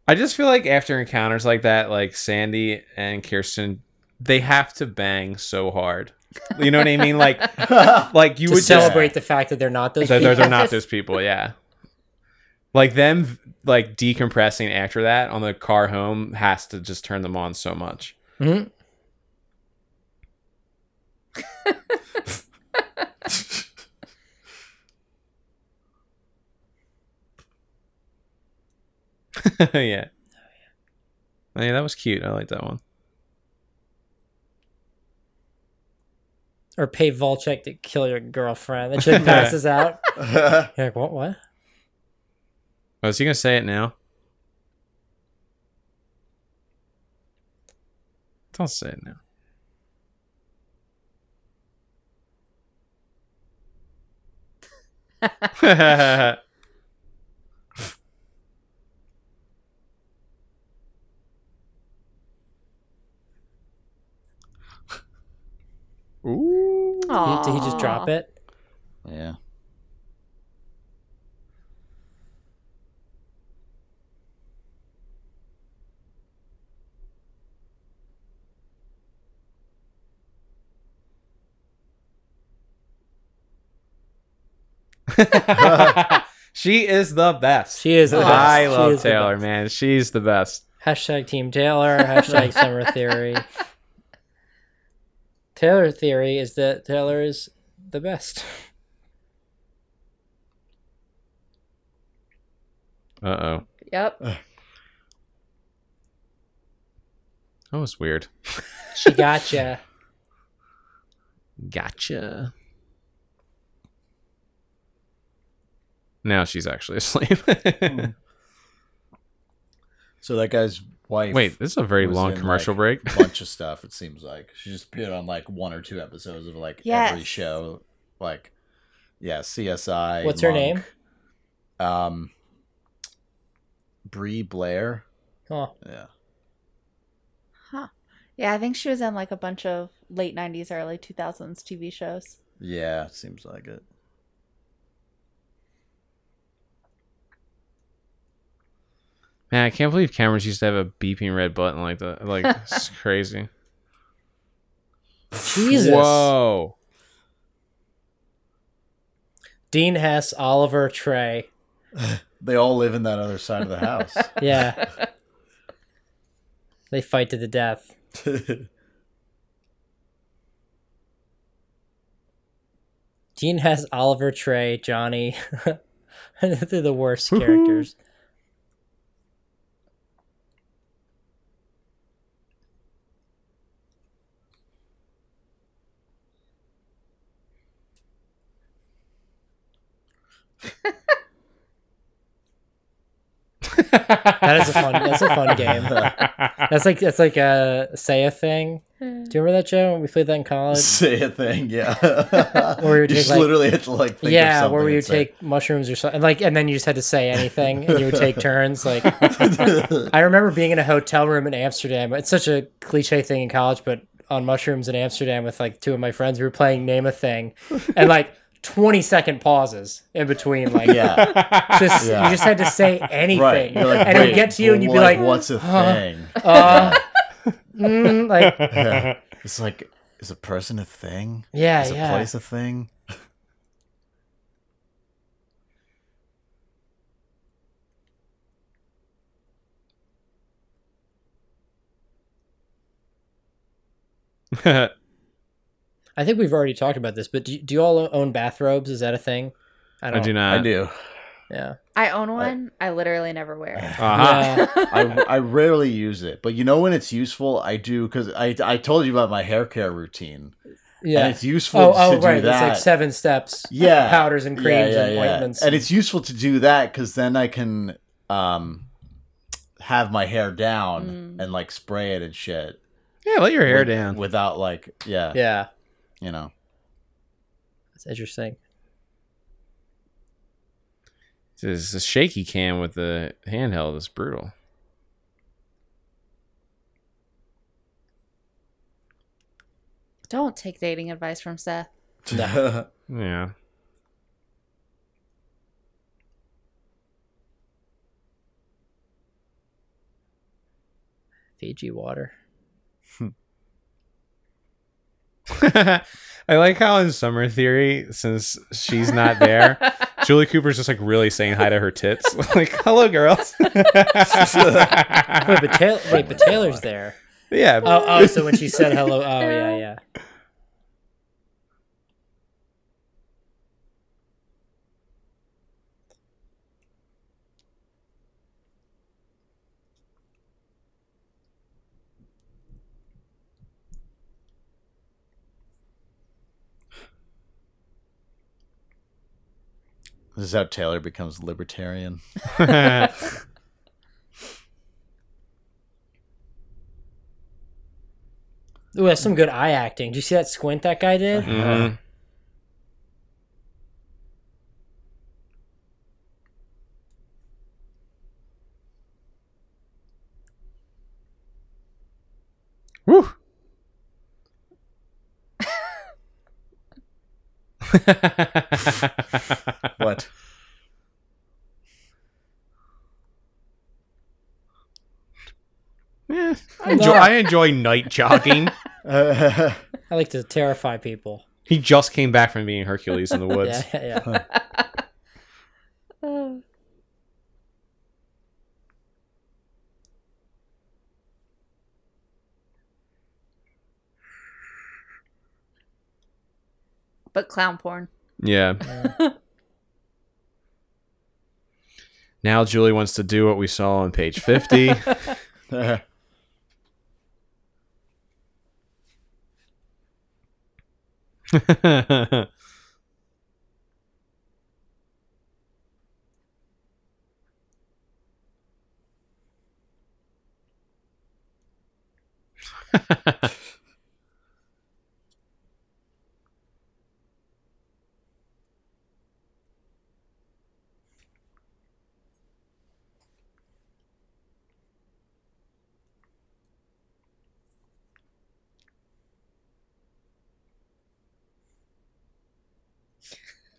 A: I just feel like after encounters like that, like Sandy and Kirsten, they have to bang so hard. You know what I mean? Like like you
B: to
A: would
B: celebrate the fact that they're not [LAUGHS] those
A: Just, that those
B: people.
A: are not those people, yeah. Like them like decompressing after that on the car home has to just turn them on so much. [LAUGHS]
B: Mhm.
A: yeah. Oh, Yeah, that was cute. I like that one.
B: Or pay Volchek to kill your girlfriend. That
A: [LAUGHS]
B: chick passes out.
D: [LAUGHS]
B: You're like, what? What?
A: Oh, is he gonna say it now? Don't say it now. [LAUGHS] Ooh.
B: He- did he just drop it?
D: yeah.
A: [LAUGHS] she is the best.
B: She is the best.
A: I
B: She
A: love
B: is the
A: Taylor,
B: best.
A: man. She's the best.
B: Hashtag Team Taylor.
C: [LAUGHS]
B: Hashtag Summer Theory. Taylor Theory is that Taylor is the
C: [LAUGHS]
B: best.
A: Uh oh.
C: Yep.
A: That was weird.
B: She gotcha.
A: Gotcha. Now she's actually [LAUGHS] asleep.
D: Hmm. So that guy's wife.
A: Wait, this is a very
D: was
A: long
D: in,
A: commercial
D: like,
A: break.
D: bunch of stuff. It seems like she just appeared on like one or two episodes of like every
C: Yes.
D: show. Like, yeah, CSI.
B: What's her
D: Monk,
B: name?
D: Um, Bree Blair.
B: Oh,
D: Yeah,
C: Yeah, I think she was in like a bunch of late 90s, early 2000s
B: [SIGHS]
C: TV shows.
D: yeah, seems like it.
A: Man, I can't believe cameras used to have a beeping red button like that.
D: [LAUGHS]
A: Like, it's crazy.
B: Jesus.
A: Whoa.
B: Dean Hess, Oliver Trey.
D: They all live in that other side of the
B: [LAUGHS]
D: house. [LAUGHS]
B: Yeah. they fight to the death. Dean Hess, Oliver Trey, Johnny. [LAUGHS] They're the worst characters. That is a fun. That's a fun game.
A: [LAUGHS]
B: That's like that's like a say a thing. Do you remember that Joe? We played that in college.
D: Say a thing, yeah.
B: Or
D: [LAUGHS]
B: you
D: you
B: take,
D: just
B: like-
D: literally had to like [LAUGHS] think of
B: yeah,
D: something
B: where we
D: and
B: would
D: say-
B: take mushrooms or something, like, and then you just had to say anything, and you
D: [LAUGHS]
B: would take turns. Like, [LAUGHS] I remember being in a hotel room in Amsterdam. It's such a cliche thing in college, but on mushrooms in Amsterdam with like two of my friends, we were playing name a thing, and like twenty second pauses in between,
D: [LAUGHS]
B: like
D: yeah. [LAUGHS]
B: just
D: Yeah.
B: you just had to say anything,
D: Right. You're like,
B: and it would
D: wait,
B: get to you, and you'd be like,
D: what's a
B: [LAUGHS]
D: thing? [LAUGHS]
B: Uh, mm, like
D: Yeah. It's like, is a person a thing?
B: yeah,
D: Is a
B: yeah.
D: place a thing?
B: I think we've already talked about this, but do, do you all own bathrobes? Is that a thing?
A: I do not.
D: I do.
B: Yeah.
C: I own one. I, literally never wear
A: Uh-huh.
B: Yeah.
C: it.
D: [LAUGHS] I, I rarely use it, but you know when it's useful, I do because I, I told you about my hair care routine.
B: Yeah.
D: And it's useful
B: Oh,
D: to
B: oh,
D: do
B: right. It's
D: that.
B: like seven steps.
D: [LAUGHS] Yeah.
B: [LAUGHS] Powders and creams and ointments.
D: And it's useful to do that because then I can um, have my hair down
C: Mm.
D: and like spray it and shit.
A: Yeah, let your hair
D: with-
A: down.
D: Without like, yeah,
B: yeah,
D: you know.
B: that's interesting.
A: This is a shaky cam with the handheld is brutal.
C: [LAUGHS] Don't take dating advice from Seth.
D: [LAUGHS]
A: Yeah.
B: Fiji water.
A: [LAUGHS] I like how in Summer Theory, since she's not
C: [LAUGHS]
A: there, Julie Cooper's just like really saying hi to her tits. [LAUGHS] like, hello,
B: [LAUGHS]
A: girls.
B: [LAUGHS] uh, Wait,
A: [LAUGHS]
B: but, Taylor, wait, but Taylor's there.
A: yeah.
B: Oh, oh, so when she said hello, oh yeah, yeah.
D: This is how Taylor
A: [LAUGHS]
D: becomes libertarian.
B: Ooh, that's some good eye acting. Do you see that squint that guy did?
D: Mm-hmm.
A: Mhm. Woo.
D: What? [LAUGHS]
A: Eh, [LAUGHS] I enjoy, I enjoy night jogging.
B: I like to terrify people.
A: [LAUGHS] He just came back from being Hercules in the woods.
B: Yeah, yeah, yeah.
C: Oh. But clown porn.
A: Yeah.
D: [LAUGHS]
A: now Julie wants to do what we saw on page 50. [LAUGHS]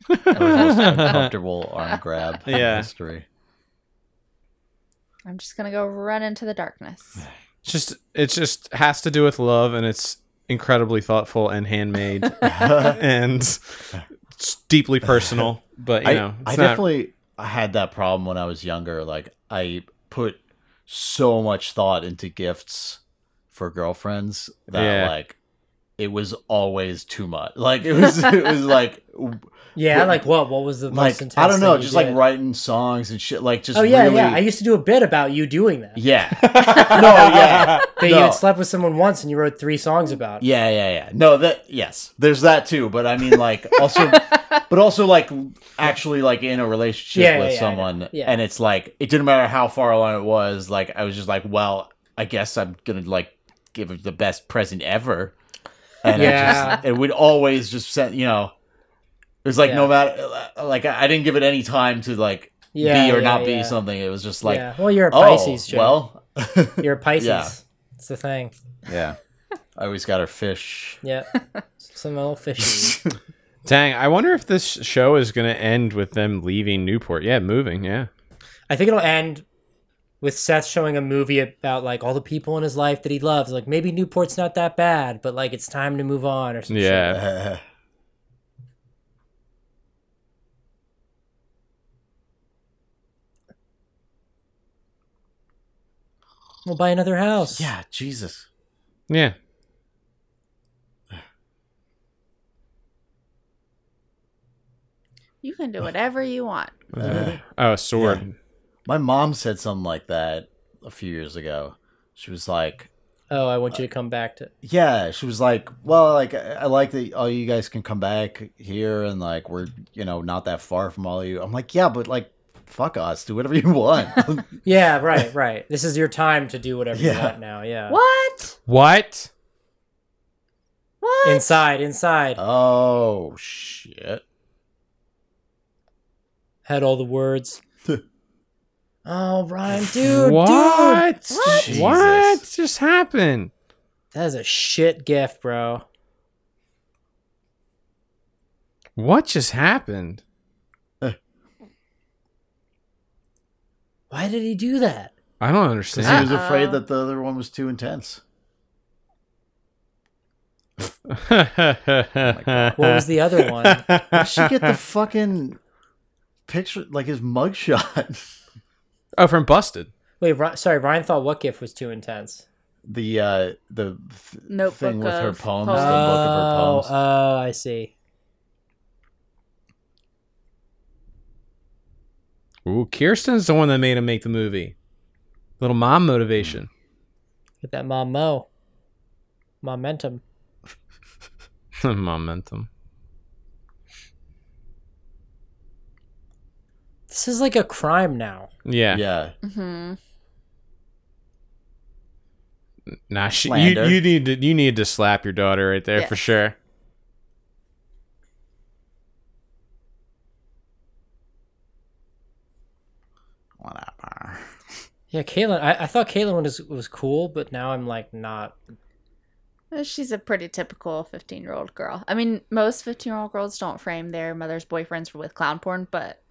D: That was just an uncomfortable arm grab. in
A: Yeah. [LAUGHS]
D: History.
C: I'm just gonna go run into
A: [SIGHS]
C: the darkness.
A: It's just it just has to do with love, and it's incredibly thoughtful and
D: [LAUGHS]
A: handmade and it's deeply personal. But you
D: I,
A: know, it's not-
D: I definitely had that problem when I was younger. Like I put so much thought into gifts for girlfriends that
A: Yeah.
D: like it was always too much. Like it was it
A: [LAUGHS]
D: was like w-
B: Yeah,
D: Yeah.
B: like what? What was the most
D: like
B: intense
D: I don't know,
B: thing you
D: just
B: did?
D: like writing songs and shit. Like just
B: Oh yeah,
D: really,
B: yeah. I used to do a bit about you doing that.
D: yeah.
B: [LAUGHS]
D: no, yeah,
B: That you
D: no.
B: had slept with someone once and you wrote three songs about. it.
D: yeah, yeah, yeah. No, that yes, there's that too. But I mean,
B: [LAUGHS]
D: like also, but also like actually like in a relationship
B: Yeah, yeah,
D: with
B: yeah, I know.
D: someone,
B: Yeah.
D: and it's like it didn't matter how far along it was. Like I was just like, well, I guess I'm gonna like give her the best present ever. And
B: Yeah.
D: it, just, it would always just send you know. It was like
B: Yeah.
D: no matter like I I didn't give it any time to like
B: Yeah,
D: be or
B: yeah,
D: not be
B: yeah.
D: something. It was just like
B: yeah. Well, you're a
D: oh
B: Pisces. Jake.
D: well [LAUGHS]
B: you're a Pisces.
D: yeah.
B: It's the thing.
D: yeah. I always got her fish. [LAUGHS]
B: Yeah. Some little fishy.
A: Dang, I wonder if this show is going to end with them leaving Newport. Yeah, moving. Yeah.
B: I think it'll end with Seth showing a movie about like all the people in his life that he loves. Like maybe Newport's not that bad, but like it's time to move on or something.
A: Yeah.
D: Uh,
B: We'll buy another
D: [LAUGHS]
B: house.
D: yeah, Jesus.
A: Yeah.
C: You can do whatever you want.
A: Uh, oh, a sword.
D: My mom said something like that a few years ago. She was like,
B: Oh, I want you to come back to.
D: yeah, she was like, well, like I I like that all you guys can come back here and like we're, you know, not that far from all you. I'm like, yeah, but like fuck us, do whatever [LAUGHS] you want.
B: Yeah. Right. Right. this is your time to do whatever you
D: Yeah.
B: want now.
A: Uh,
B: Yeah.
C: What?
A: What?
C: What?
B: Inside. Inside.
D: oh shit.
B: had all
D: [LAUGHS]
B: the words. oh, Ryan, dude, dude,
A: what?
C: What?
A: What? What just happened?
B: that is a shit gift, bro.
A: What just happened?
B: Why did he do that?
A: I don't
D: 'Cause he
A: understand.
D: was afraid
C: Uh-oh.
D: that the other one was too intense.
A: [LAUGHS] what
B: Oh What was the other one?
D: [LAUGHS] Did she get the fucking picture like his mugshot?
A: [LAUGHS]
D: [LAUGHS]
A: oh, from Busted.
B: Wait, Ry- sorry, Ryan thought what gift was too intense?
D: the uh the th-
C: Notebook
D: thing with her
C: of
D: poems,
B: Oh,
D: the book
C: poems.
D: of her poems.
B: oh, I see.
A: Ooh, Kirsten's the one that made him make the movie. Little mom motivation.
B: Get that mom mo. Momentum. Hmm.
A: [LAUGHS] Momentum.
B: This is like a crime now.
A: Yeah.
D: yeah.
C: Mhm.
A: Nah, she, you,
D: Slander.
A: you need to you need to slap your daughter right there for
C: Yes.
A: sure.
D: Whatever.
B: Yeah, Caitlin. I, I thought Caitlin was was cool, but now I'm like not.
C: Uh, She's a pretty typical 15 year old girl. I mean, most 15 year old girls don't frame their mother's boyfriends for- with clown porn, but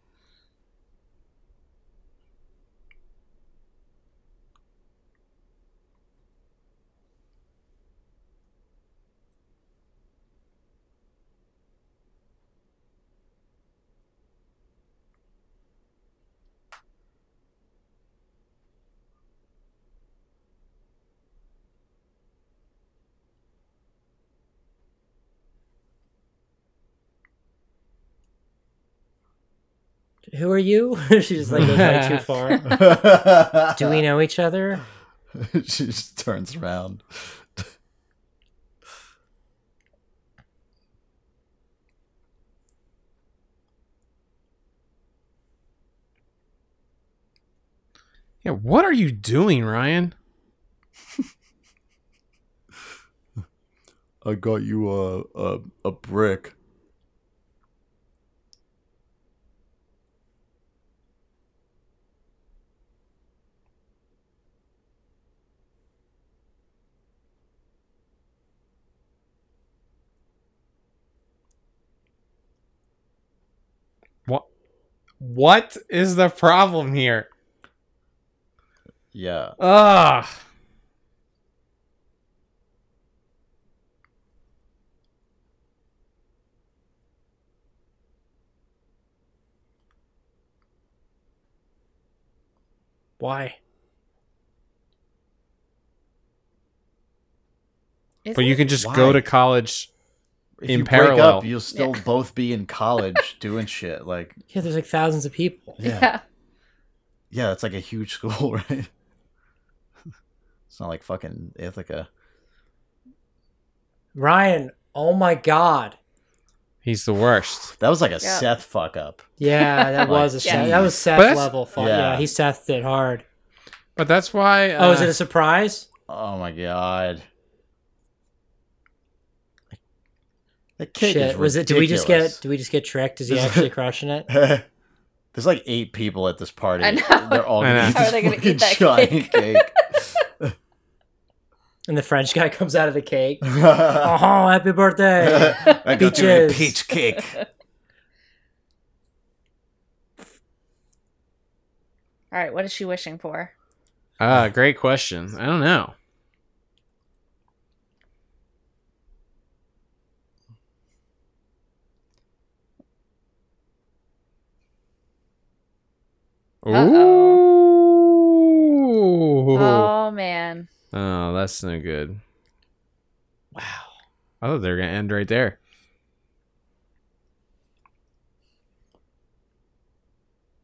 B: Who are you? [LAUGHS] she just like goes way
D: [LAUGHS]
B: too far. Do we know each other?
D: [LAUGHS] she just turns around.
A: Yeah, what are you doing, Ryan?
D: I got you a a, a brick.
A: What? What is the problem here?
D: Yeah.
A: Ugh.
B: Why?
C: Is
A: But you
C: it?
A: can just
D: Why?
A: go to college.
D: If
A: In
D: you break
A: parallel.
D: up, you'll still both be in college [LAUGHS] doing shit. Like,
B: Yeah, there's like thousands of people.
C: [LAUGHS]
D: yeah.
C: Yeah.
D: Yeah, it's like a huge [LAUGHS] school, right? It's not like fucking Ithaca.
B: Ryan, oh my god.
A: He's the worst.
D: That was like a
C: Yeah.
D: Seth fuck up. [LAUGHS]
B: Yeah, that was a
D: Yeah.
B: Seth. That was Seth
A: But that's-
B: level. Fuck
D: Yeah.
B: yeah. he Sethed it hard.
A: But that's why. Uh,
B: oh, is it a surprise?
D: Oh my god. That cake
B: Shit,
D: is
B: was it? Do we just get?
D: ridiculous.
B: Do we just get tricked? Is he
D: This is- [LAUGHS]
B: actually crushing it?
D: There's like eight people at this party.
C: I know.
D: They're all
A: I know.
D: gonna eat
C: How are
D: this
C: they gonna
D: fucking
C: eat that
D: giant cake.
B: And the French guy [LAUGHS] comes out of the cake.
D: I
B: Oh,
D: [LAUGHS]
B: happy birthday!
C: [LAUGHS]
A: [LAUGHS]
D: got you a
B: Peaches.
D: peach cake.
C: All right. What is she wishing for?
A: Uh, great question. I don't know. Ooh.
C: Oh man.
A: Oh, that's no good.
B: wow.
A: I thought they were gonna end right there. [LAUGHS]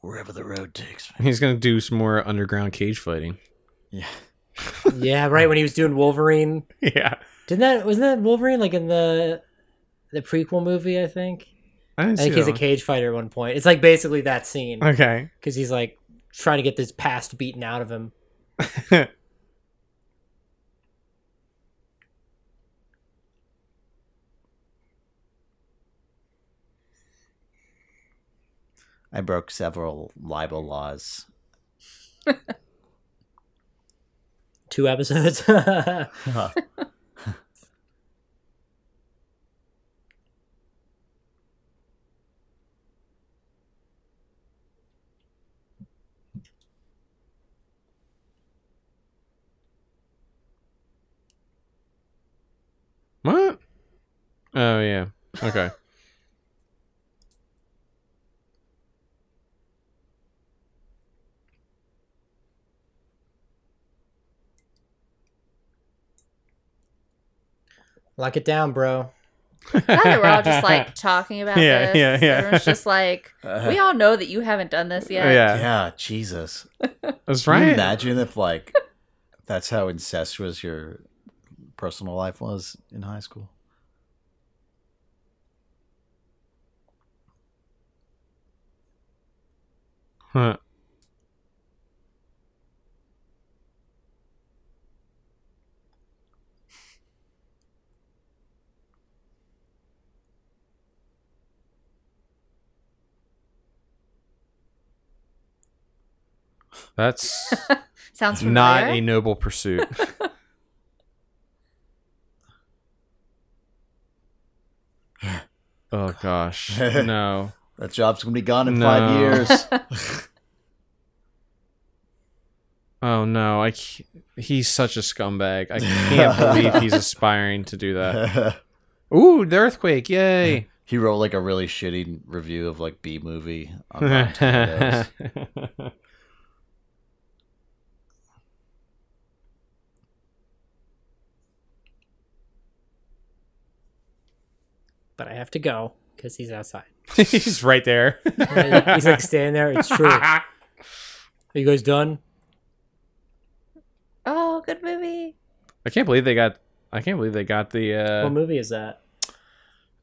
D: Wherever the road takes
A: [LAUGHS]
D: me.
A: He's gonna do some more underground cage
B: [LAUGHS]
A: fighting.
D: Yeah.
B: Yeah, right when he was doing Wolverine.
A: Yeah,
B: Didn't that wasn't that Wolverine like in the the prequel movie? I think.
A: I didn't
B: I think
A: see
B: he's
A: that
B: a cage fighter at one point. It's like basically that scene
A: one. Okay.
B: because he's like trying to get this past beaten out of him.
D: I broke several libel
C: [LAUGHS]
D: laws.
B: Two episodes. [LAUGHS]
D: Uh,
A: What? Oh yeah. Okay.
B: Lock it down, bro.
C: Now that we're all just like talking about
A: Yeah,
C: this,
A: yeah, yeah.
C: everyone's just like,
D: Uh,
C: we all know that you haven't done this yet.
A: [LAUGHS] yeah.
D: yeah, Jesus.
A: That's
D: Can you
A: right.
D: imagine if like that's how incestuous your personal life was in high school?
A: Huh. That's
C: Sounds familiar.
A: not a noble pursuit. oh gosh. No.
D: That job's gonna be gone in
A: No.
D: five
C: [LAUGHS]
D: years.
A: Oh no, I ca- he's such a scumbag. I can't believe he's aspiring to do that. [LAUGHS]
D: [LAUGHS]
A: Ooh, the earthquake! Yay!
D: he wrote like a really shitty review of like B movie on Rotten [LAUGHS] Tomatoes.
A: oh
B: But I have to go because he's outside.
A: [LAUGHS] he's right there. [LAUGHS]
B: he's like standing there. It's true. Are you guys done?
C: oh, good movie.
A: I can't believe they got. I can't believe they got the.
B: what
A: Uh,
B: movie is that?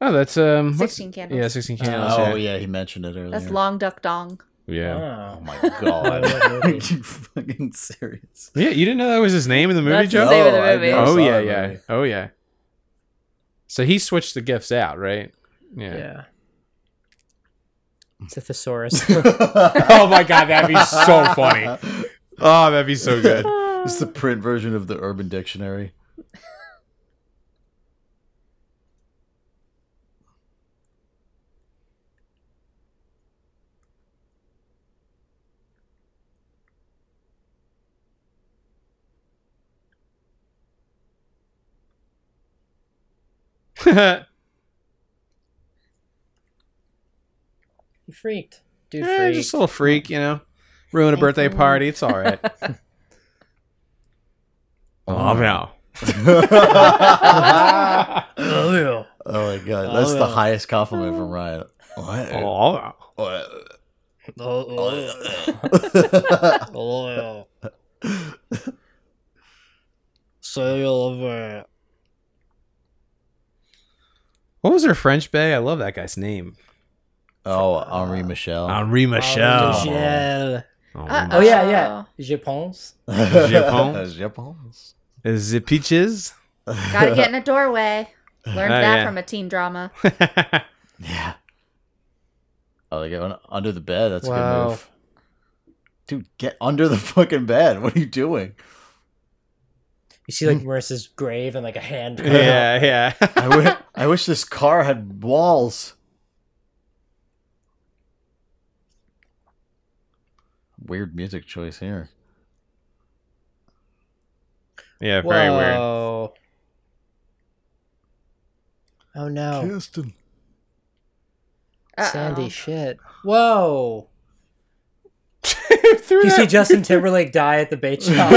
A: oh, that's um. what's-
C: Sixteen Candles.
A: Yeah, sixteen candles.
D: oh yeah, Oh, he mentioned it earlier.
C: That's Long Duck Dong.
A: Yeah.
D: Oh
B: Oh.
D: my god.
B: that
D: [LAUGHS] Are
B: movie.
D: you fucking serious?
A: Yeah, you didn't know that was his name in the movie,
C: That's
A: Joe?
C: his name. of the
D: No, I
C: movie.
D: never
A: Oh
D: saw
A: yeah,
D: that
A: yeah.
D: movie.
A: Oh yeah. So he switched the gifts out, right?
B: Yeah.
A: Yeah.
B: It's a thesaurus.
A: [LAUGHS] oh my god, that'd be so
D: [LAUGHS]
A: funny. Oh, that'd be so [LAUGHS] good.
D: It's the print version of the Urban [LAUGHS] Dictionary.
B: he freaked. Dude
A: Eh,
B: freaked.
A: just a little freak, you know. Ruin a birthday party. It's all right. oh [LAUGHS] no.
D: oh
B: Oh, yeah.
D: my god, that's the
B: Oh.
D: highest compliment from Ryan. What?
A: Oh, no.
D: [LAUGHS] What?
B: Oh, oh, oh, yeah. Say you love me.
A: What was her French bay? I love that guy's name.
D: oh, Henri Michel.
A: Henri
B: Oh,
A: Michel.
B: Michel.
A: Oh,
B: Oh, yeah, yeah. Je pense.
A: Japon?
D: [LAUGHS] Japons.
A: Is it peaches? [LAUGHS]
C: Gotta get in a doorway. Learned
A: Oh,
C: that
A: yeah.
C: from a
A: [LAUGHS]
C: teen drama.
D: [LAUGHS] Yeah. Oh, they go under the bed. That's a
B: Wow.
D: good move. Dude, get under the fucking bed. What are you doing?
B: You see, like, Marissa's grave and, like, a
A: [LAUGHS]
B: hand.
A: yeah, yeah.
D: [LAUGHS] I, w- I wish this car had walls. Weird music choice here.
A: yeah, very weird.
B: Whoa. Oh, no.
D: [LAUGHS] Kirsten.
C: Uh-oh.
B: Sandy, shit. Whoa.
A: Threw
B: You
A: [LAUGHS]
B: see
A: that-
B: Justin Timberlake die at the
A: [LAUGHS]
B: bait shop.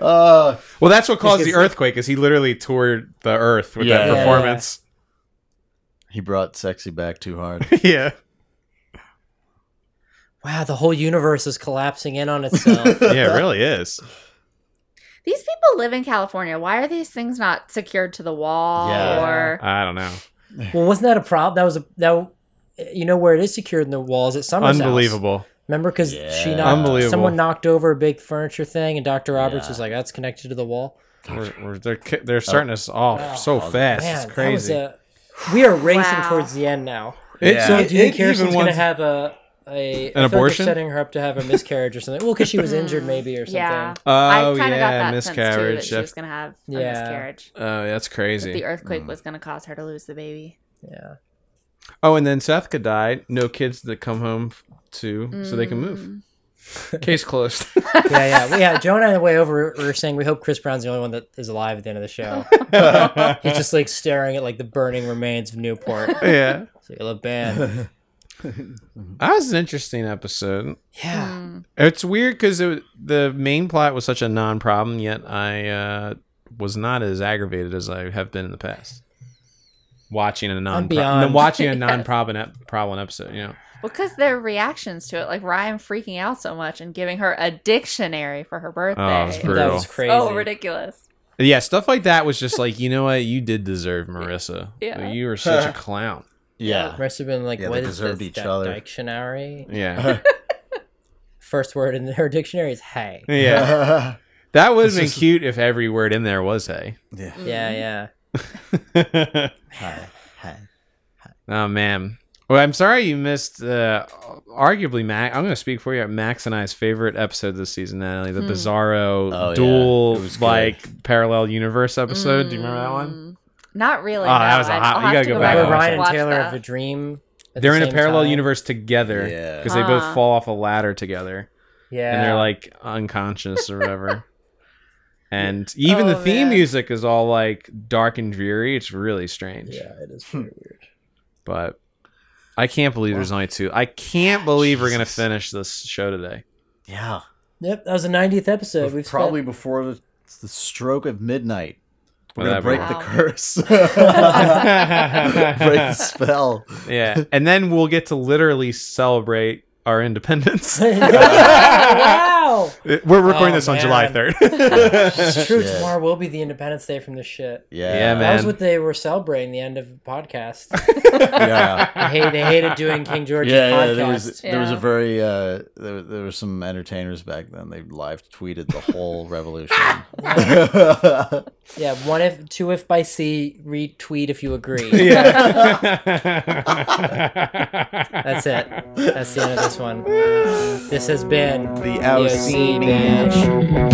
D: Uh,
A: well, that's what caused the
B: Because-
A: earthquake, is he literally toured the earth with that
D: Yeah.
A: performance.
D: he brought sexy back too [LAUGHS] hard.
A: yeah.
B: wow, the whole universe is collapsing in on
A: [LAUGHS]
B: itself.
A: Yeah, it really is.
C: These people live in California. Why are these things not secured to the wall?
D: Yeah.
C: Or
A: I don't know.
B: well, wasn't that a problem? That was a that. You know where it is secured in the walls at Summer's house.
A: Unbelievable.
B: Remember, because she
D: Yeah.
B: knocked.
A: Unbelievable.
B: Someone knocked over a big furniture thing, and Dr. Roberts
D: Yeah.
B: was like, "That's connected to the wall."
A: We're, we're, they're, ki- they're starting us off
B: Wow.
A: so fast.
B: Oh. Man,
A: it's crazy.
B: That was a, we are racing
C: Wow.
B: towards the end now.
A: It-
B: So,
A: it-
B: do you think
A: it even
B: Harrison's going to
A: wants-
B: have a a I feel like
A: An
B: they're
A: abortion?
B: setting her up to have a miscarriage or something? Well, because she was injured, maybe or something.
C: Mm, yeah. I
A: Oh,
C: kind of got
A: yeah,
C: that sense
A: miscarriage.
C: too that she was
A: That's-
C: gonna have a
B: Yeah.
C: miscarriage.
A: Oh, that's
C: That
A: crazy.
C: the earthquake
D: Mm.
C: was gonna cause her to lose the baby.
B: Yeah.
A: Oh, and then Seth could die. No kids that come home f- to, so they can move.
C: Mm.
A: Case
C: [LAUGHS]
A: closed. [LAUGHS]
B: yeah, yeah, Well, yeah. Joe and I, on the way over, we were saying we hope Chris Brown's the only one that is alive at the end of the show. He's just like staring at like the burning remains of
C: [LAUGHS]
B: Newport.
A: yeah,
B: It's like a
A: [LAUGHS]
B: little band.
A: that was an interesting episode.
B: Yeah.
C: Mm.
A: It's weird because the main plot was such a non-problem, yet I uh, was not as aggravated as I have been in the past. Watching a non
C: [LAUGHS]
B: beyond.
A: watching a
C: Yes.
A: non-problem ep- problem episode, you know.
C: Because their reactions to it, like Ryan freaking out so much and giving her a dictionary for her birthday.
A: was Oh, brutal.
B: That was crazy.
C: so ridiculous.
A: Yeah, stuff like that was just like, you know what, you did deserve Marissa.
C: Yeah.
A: You were such a clown.
D: [LAUGHS] yeah.
B: Must have been like,
D: Yeah,
B: what
D: they
B: is
D: deserved
B: this,
D: each
B: that
D: other.
B: dictionary?
A: Yeah.
B: First word in her [LAUGHS] dictionary is hey.
D: [LAUGHS]
A: Yeah. That would have
D: It's
A: been
D: just-
A: cute if every word in there was hey.
D: yeah.
B: Yeah, yeah.
D: Hi. Hi.
A: Oh man. Well, I'm sorry you missed. Uh, arguably, Max. I'm going to speak for you. Max and I's favorite episode this season, Natalie, the
C: Hmm.
A: Bizarro
D: Oh, yeah.
A: dual
D: It was good.
A: like parallel universe episode. Do you remember that one?
C: Mm. Not really.
A: Oh, that
C: no.
A: was a
C: I-
A: hot-
C: I'll
A: you
C: have
A: gotta
C: to
A: go
C: go
A: back
C: back
B: Where
A: and
B: Ryan and
C: watch
B: Taylor
C: that.
B: have a dream. at
A: They're
B: the
A: in a
B: same
A: parallel
B: time.
A: universe together
D: Yeah.
A: because they both
C: Ah.
A: fall off a ladder together
B: Yeah.
A: and they're like unconscious or
C: [LAUGHS]
A: whatever. and even the
C: Oh,
A: theme
C: man.
A: music is all like dark and dreary. It's really strange.
B: it is very weird.
A: But I can't believe there's only two. I can't believe we're going to
D: Jesus.
A: finish this show today.
D: Yeah.
B: Yep, that was the 90th episode. We've
D: probably
B: probably.
D: before the, it's the stroke of midnight. We're
A: Well,
D: gonna break
A: that'd
D: the
C: Wow.
D: curse. break the spell.
A: Yeah, and
B: [LAUGHS]
A: then we'll get to literally celebrate our independence.
B: [LAUGHS] wow! no.
A: It- We're recording
B: Oh,
A: this on
B: man.
A: July 3rd. [LAUGHS]
B: It's true.
D: Shit.
B: Tomorrow will be the Independence Day from this shit.
D: Yeah,
A: Yeah, man.
B: That was what they were celebrating the end of the podcast.
D: Yeah.
B: they, hate, they hated doing King
D: [LAUGHS]
B: George's
D: yeah,
B: podcast.
D: yeah, there was there was a
C: Yeah.
D: very uh, there, there were some entertainers back then. They live tweeted the whole revolution.
B: Yeah, one if, two if by sea, retweet if you agree. That's it. That's the end of this one. This has been E
D: The OC Bitch.
B: Bitch